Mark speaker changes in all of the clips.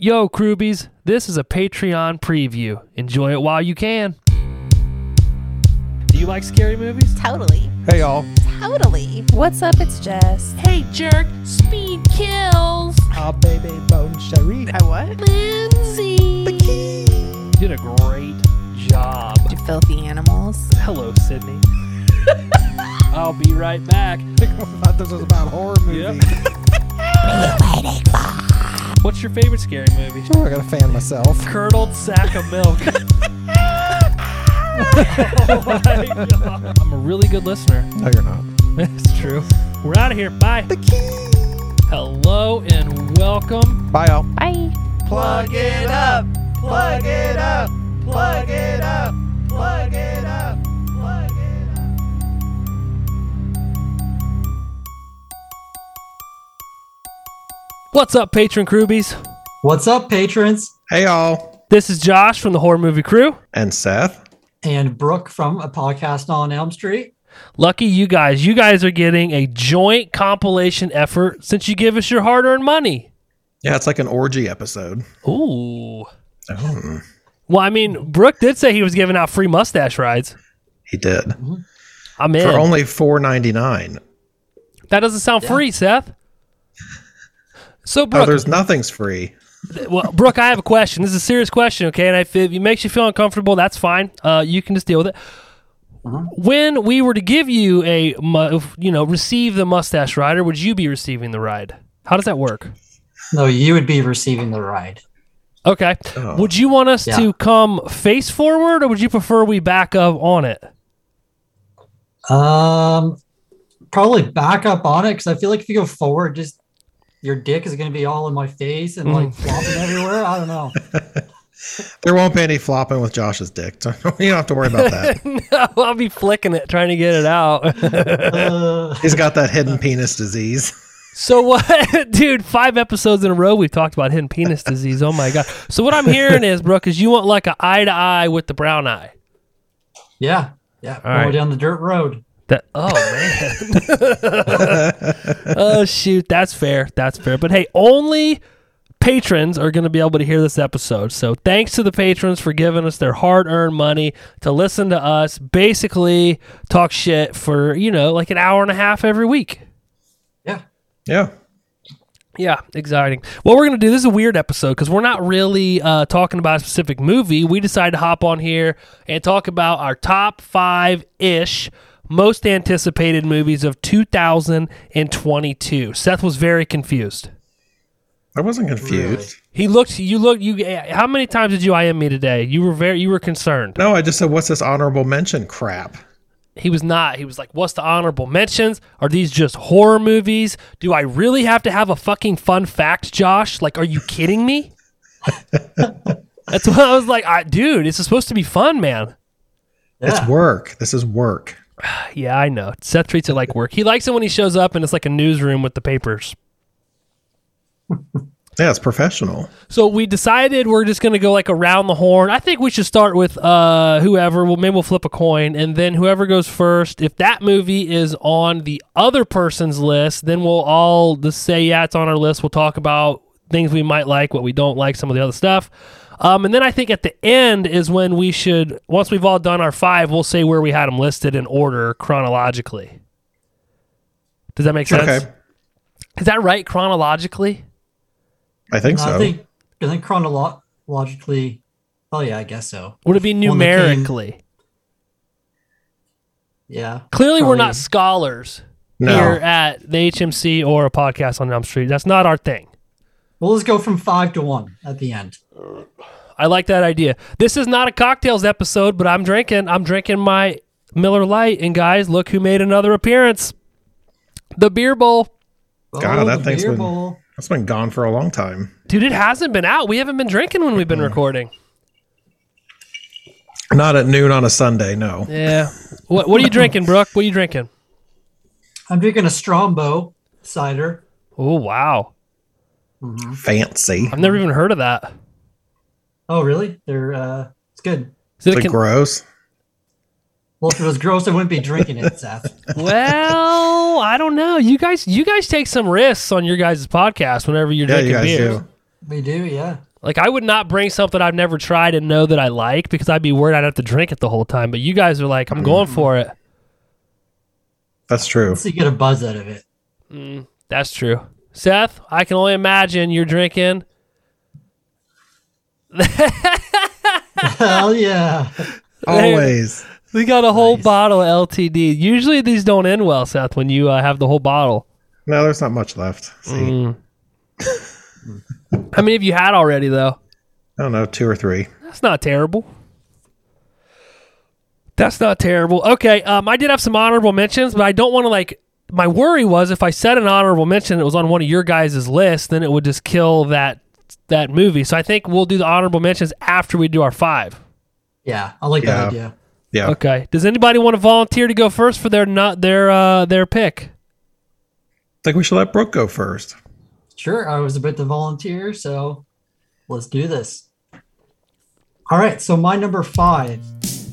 Speaker 1: Yo, Krubies, this is a Patreon preview. Enjoy it while you can. Do you like scary movies?
Speaker 2: Totally.
Speaker 1: Hey, y'all.
Speaker 2: Totally.
Speaker 3: What's up? It's Jess.
Speaker 4: Hey, jerk. Speed kills.
Speaker 5: Ah, baby, bone Cherie.
Speaker 2: I what?
Speaker 4: Lindsay.
Speaker 1: You did a great job.
Speaker 2: You filthy animals.
Speaker 1: Hello, Sydney. I'll be right back.
Speaker 5: thought this was about horror movies.
Speaker 1: What's your favorite scary movie?
Speaker 5: Oh, I gotta fan myself.
Speaker 1: Curdled sack of milk. oh my God. I'm a really good listener.
Speaker 5: No, you're not.
Speaker 1: That's true. We're out of here. Bye. Hello and welcome.
Speaker 5: Bye, y'all.
Speaker 3: Bye.
Speaker 5: Plug it up. Plug it up. Plug it up. Plug it up. Plug it up.
Speaker 1: What's up, patron Krubies?
Speaker 6: What's up, patrons?
Speaker 5: Hey, y'all.
Speaker 1: This is Josh from the Horror Movie Crew.
Speaker 5: And Seth.
Speaker 6: And Brooke from a podcast on Elm Street.
Speaker 1: Lucky you guys. You guys are getting a joint compilation effort since you give us your hard earned money.
Speaker 7: Yeah, it's like an orgy episode.
Speaker 1: Ooh. Oh. Well, I mean, Brooke did say he was giving out free mustache rides.
Speaker 7: He did
Speaker 1: I'm in.
Speaker 7: for
Speaker 6: Hmm.
Speaker 7: only four ninety nine.
Speaker 1: that doesn't sound free, Seth. So,
Speaker 7: Oh,
Speaker 1: Brooke,
Speaker 7: there's nothing's free.
Speaker 1: well, Brooke, I have a question. This is a serious question, okay? And if it makes you feel uncomfortable, that's fine. Uh, you can just deal with it. When we were to give you a, mu- you know, receive the mustache rider, would you be receiving the ride? How does that work?
Speaker 6: No, you would be receiving the ride.
Speaker 1: Okay.
Speaker 7: Oh.
Speaker 1: Would you want us
Speaker 6: Yeah.
Speaker 1: to come face forward, or would you prefer we back up on it?
Speaker 6: Um, probably back up on it because I feel like if you go forward, just your dick is going to be all in my face and like flopping everywhere. I don't know.
Speaker 7: There won't be any flopping with Josh's dick. So you don't have to worry about that.
Speaker 1: I'll be flicking it, trying to get it out.
Speaker 6: Uh,
Speaker 7: He's got that hidden penis disease.
Speaker 1: so what, dude? Five episodes in a row we've talked about hidden penis disease. Oh my god! So what I'm hearing is, Brooke, is you want like an eye to eye with the brown eye.
Speaker 6: yeah, yeah.
Speaker 1: All
Speaker 6: All right.
Speaker 1: right.
Speaker 6: down the dirt road.
Speaker 1: That oh man. oh shoot, that's fair. That's fair. But hey, only patrons are going to be able to hear this episode. So thanks to the patrons for giving us their hard-earned money to listen to us basically talk shit for, you know, like an hour and a half every week.
Speaker 6: Yeah.
Speaker 7: Yeah.
Speaker 1: Yeah, exciting. What we're going to do, this is a weird episode because we're not really uh, talking about a specific movie. We decided to hop on here and talk about our top five ish most anticipated movies of 2022. Seth was very confused.
Speaker 7: I wasn't confused.
Speaker 1: He looked, you looked, you, eh, how many times did you IM me today? You were very, you were concerned.
Speaker 7: No, I just said, what's this honorable mention crap?
Speaker 1: He was not. He was like, what's the honorable mentions? Are these just horror movies? Do I really have to have a fucking fun fact, Josh? Like, are you kidding me? That's what I was like, I, dude, it's supposed to be fun, man.
Speaker 6: Yeah.
Speaker 7: It's work. This is work.
Speaker 1: Yeah, I know. Seth treats it like work. He likes it when he shows up and it's like a newsroom with the papers.
Speaker 7: Yeah, it's professional.
Speaker 1: So we decided we're just going to go like around the horn. I think we should start with uh, whoever. Well, maybe we'll flip a coin, and then whoever goes first. If that movie is on the other person's list, then we'll all just say yeah, it's on our list. We'll talk about things we might like, what we don't like, some of the other stuff. Um, and then I think at the end is when we should. Once we've all done our five, we'll say where we had them listed in order chronologically. Does that make sense?
Speaker 7: Okay.
Speaker 1: Is that right chronologically?
Speaker 7: I think
Speaker 6: I
Speaker 7: so.
Speaker 6: think, I think chronologically, oh, yeah, I guess so.
Speaker 1: Would it be
Speaker 6: One that came-
Speaker 1: numerically?
Speaker 6: Yeah.
Speaker 1: Clearly, we're
Speaker 6: Probably.
Speaker 1: not scholars
Speaker 7: No.
Speaker 1: here at the HMC or a podcast on Elm Street. That's not our thing.
Speaker 6: Well, let's go from five to one at the end.
Speaker 1: I like that idea. This is not a cocktails episode, but I'm drinking. I'm drinking my Miller Light, and guys, look who made another appearance. The beer bowl.
Speaker 7: God, that
Speaker 6: the
Speaker 7: thing's
Speaker 6: Oh, beer
Speaker 7: been-
Speaker 6: bowl.
Speaker 7: That's been gone for a long time.
Speaker 1: Dude, it hasn't been out. We haven't been drinking when we've been recording.
Speaker 7: Not at noon on a Sunday. No.
Speaker 1: Yeah. What what are you drinking, Brooke? What are you drinking?
Speaker 6: I'm drinking a Strombo cider.
Speaker 1: Oh wow.
Speaker 7: Fancy.
Speaker 1: I've never even heard of that.
Speaker 6: Oh, really? They're uh, it's good.
Speaker 1: Is it
Speaker 7: Is
Speaker 1: a
Speaker 7: it
Speaker 1: con-
Speaker 7: gross?
Speaker 6: Well, if it was gross, I wouldn't be drinking it, Seth.
Speaker 1: well, I don't know. You guys you guys take some risks on your guys' podcast whenever you're
Speaker 7: Yeah, you
Speaker 1: drinking
Speaker 7: guys
Speaker 1: beer.
Speaker 7: do.
Speaker 6: We do, yeah.
Speaker 1: Like I would not bring something I've never tried and know that I like because I'd be worried I'd have to drink it the whole time. But you guys are like, I'm going for it.
Speaker 7: That's true.
Speaker 6: So you get a buzz out of it.
Speaker 1: That's true. Seth, I can only imagine you're drinking.
Speaker 6: Hell yeah.
Speaker 7: Always.
Speaker 1: We got a whole bottle of LTD. Usually these don't end well, Seth, when you uh, have the whole bottle.
Speaker 7: No, there's not much left. See,
Speaker 1: How many have you had already, though?
Speaker 7: I don't know, two or three.
Speaker 1: That's not terrible. That's not terrible. Okay, um, I did have some honorable mentions, but I don't want to like. My worry was if I said an honorable mention, it was on one of your guys' list, then it would just kill that that movie. So I think we'll do the honorable mentions after we do our five.
Speaker 6: Yeah. I like
Speaker 7: Yeah.
Speaker 6: that idea.
Speaker 7: Yeah.
Speaker 1: Okay. Does anybody want to volunteer to go first for their not their uh, their pick?
Speaker 7: think we should let Brooke go first.
Speaker 6: Sure, I was about to volunteer, so let's do this. All right, so my number five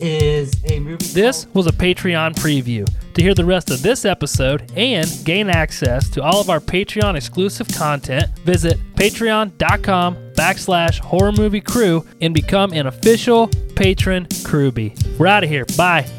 Speaker 6: is a movie.
Speaker 1: This was a Patreon preview. To hear the rest of this episode and gain access to all of our Patreon exclusive content, visit patreon.com backslash horror movie crew and become an official patron crewbie. We're out of here. Bye.